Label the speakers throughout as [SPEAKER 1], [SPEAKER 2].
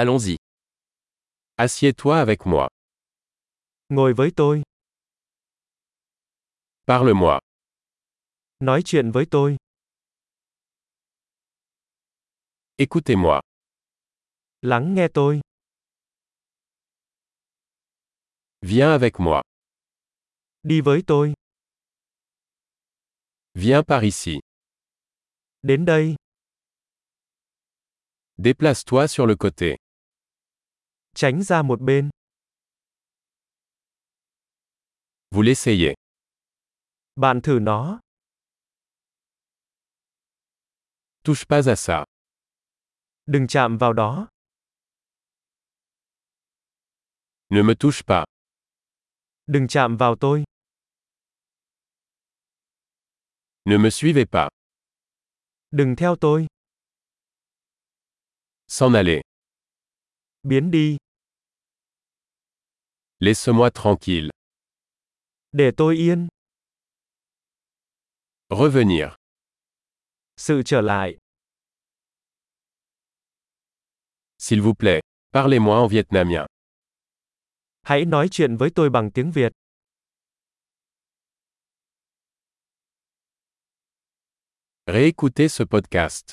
[SPEAKER 1] Allons-y. Assieds-toi avec moi.
[SPEAKER 2] Ngồi với tôi,
[SPEAKER 1] Parle-moi.
[SPEAKER 2] nói chuyện với tôi,
[SPEAKER 1] Écoutez-moi.
[SPEAKER 2] lắng nghe tôi,
[SPEAKER 1] Viens avec moi.
[SPEAKER 2] đi với tôi,
[SPEAKER 1] Viens par ici.
[SPEAKER 2] đến đây,
[SPEAKER 1] Déplace-toi sur le côté.
[SPEAKER 2] tránh ra một bên,
[SPEAKER 1] Vous l'essayez.
[SPEAKER 2] bạn thử nó,
[SPEAKER 1] Touche pas à ça.
[SPEAKER 2] đừng chạm vào đó,
[SPEAKER 1] Ne me touche pas.
[SPEAKER 2] đừng chạm vào tôi,
[SPEAKER 1] Ne me suivez pas.
[SPEAKER 2] đừng theo tôi,
[SPEAKER 1] S'en aller.
[SPEAKER 2] biến đi,
[SPEAKER 1] Laisse-moi tranquille.
[SPEAKER 2] để tôi yên,
[SPEAKER 1] Revenir.
[SPEAKER 2] sự trở lại,
[SPEAKER 1] S'il vous plaît. Parlez-moi en vietnamien.
[SPEAKER 2] hãy nói chuyện với tôi bằng tiếng Việt,
[SPEAKER 1] Réécoutez ce podcast.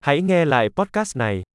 [SPEAKER 2] hãy nghe lại podcast này